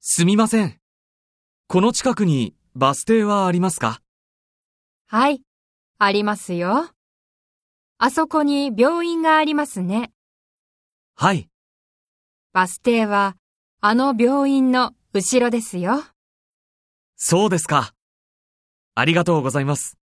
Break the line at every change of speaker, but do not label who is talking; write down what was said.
すみません。この近くにバス停はありますか
はい、ありますよ。あそこに病院がありますね。
はい。
バス停は、あの病院の後ろですよ。
そうですか。ありがとうございます。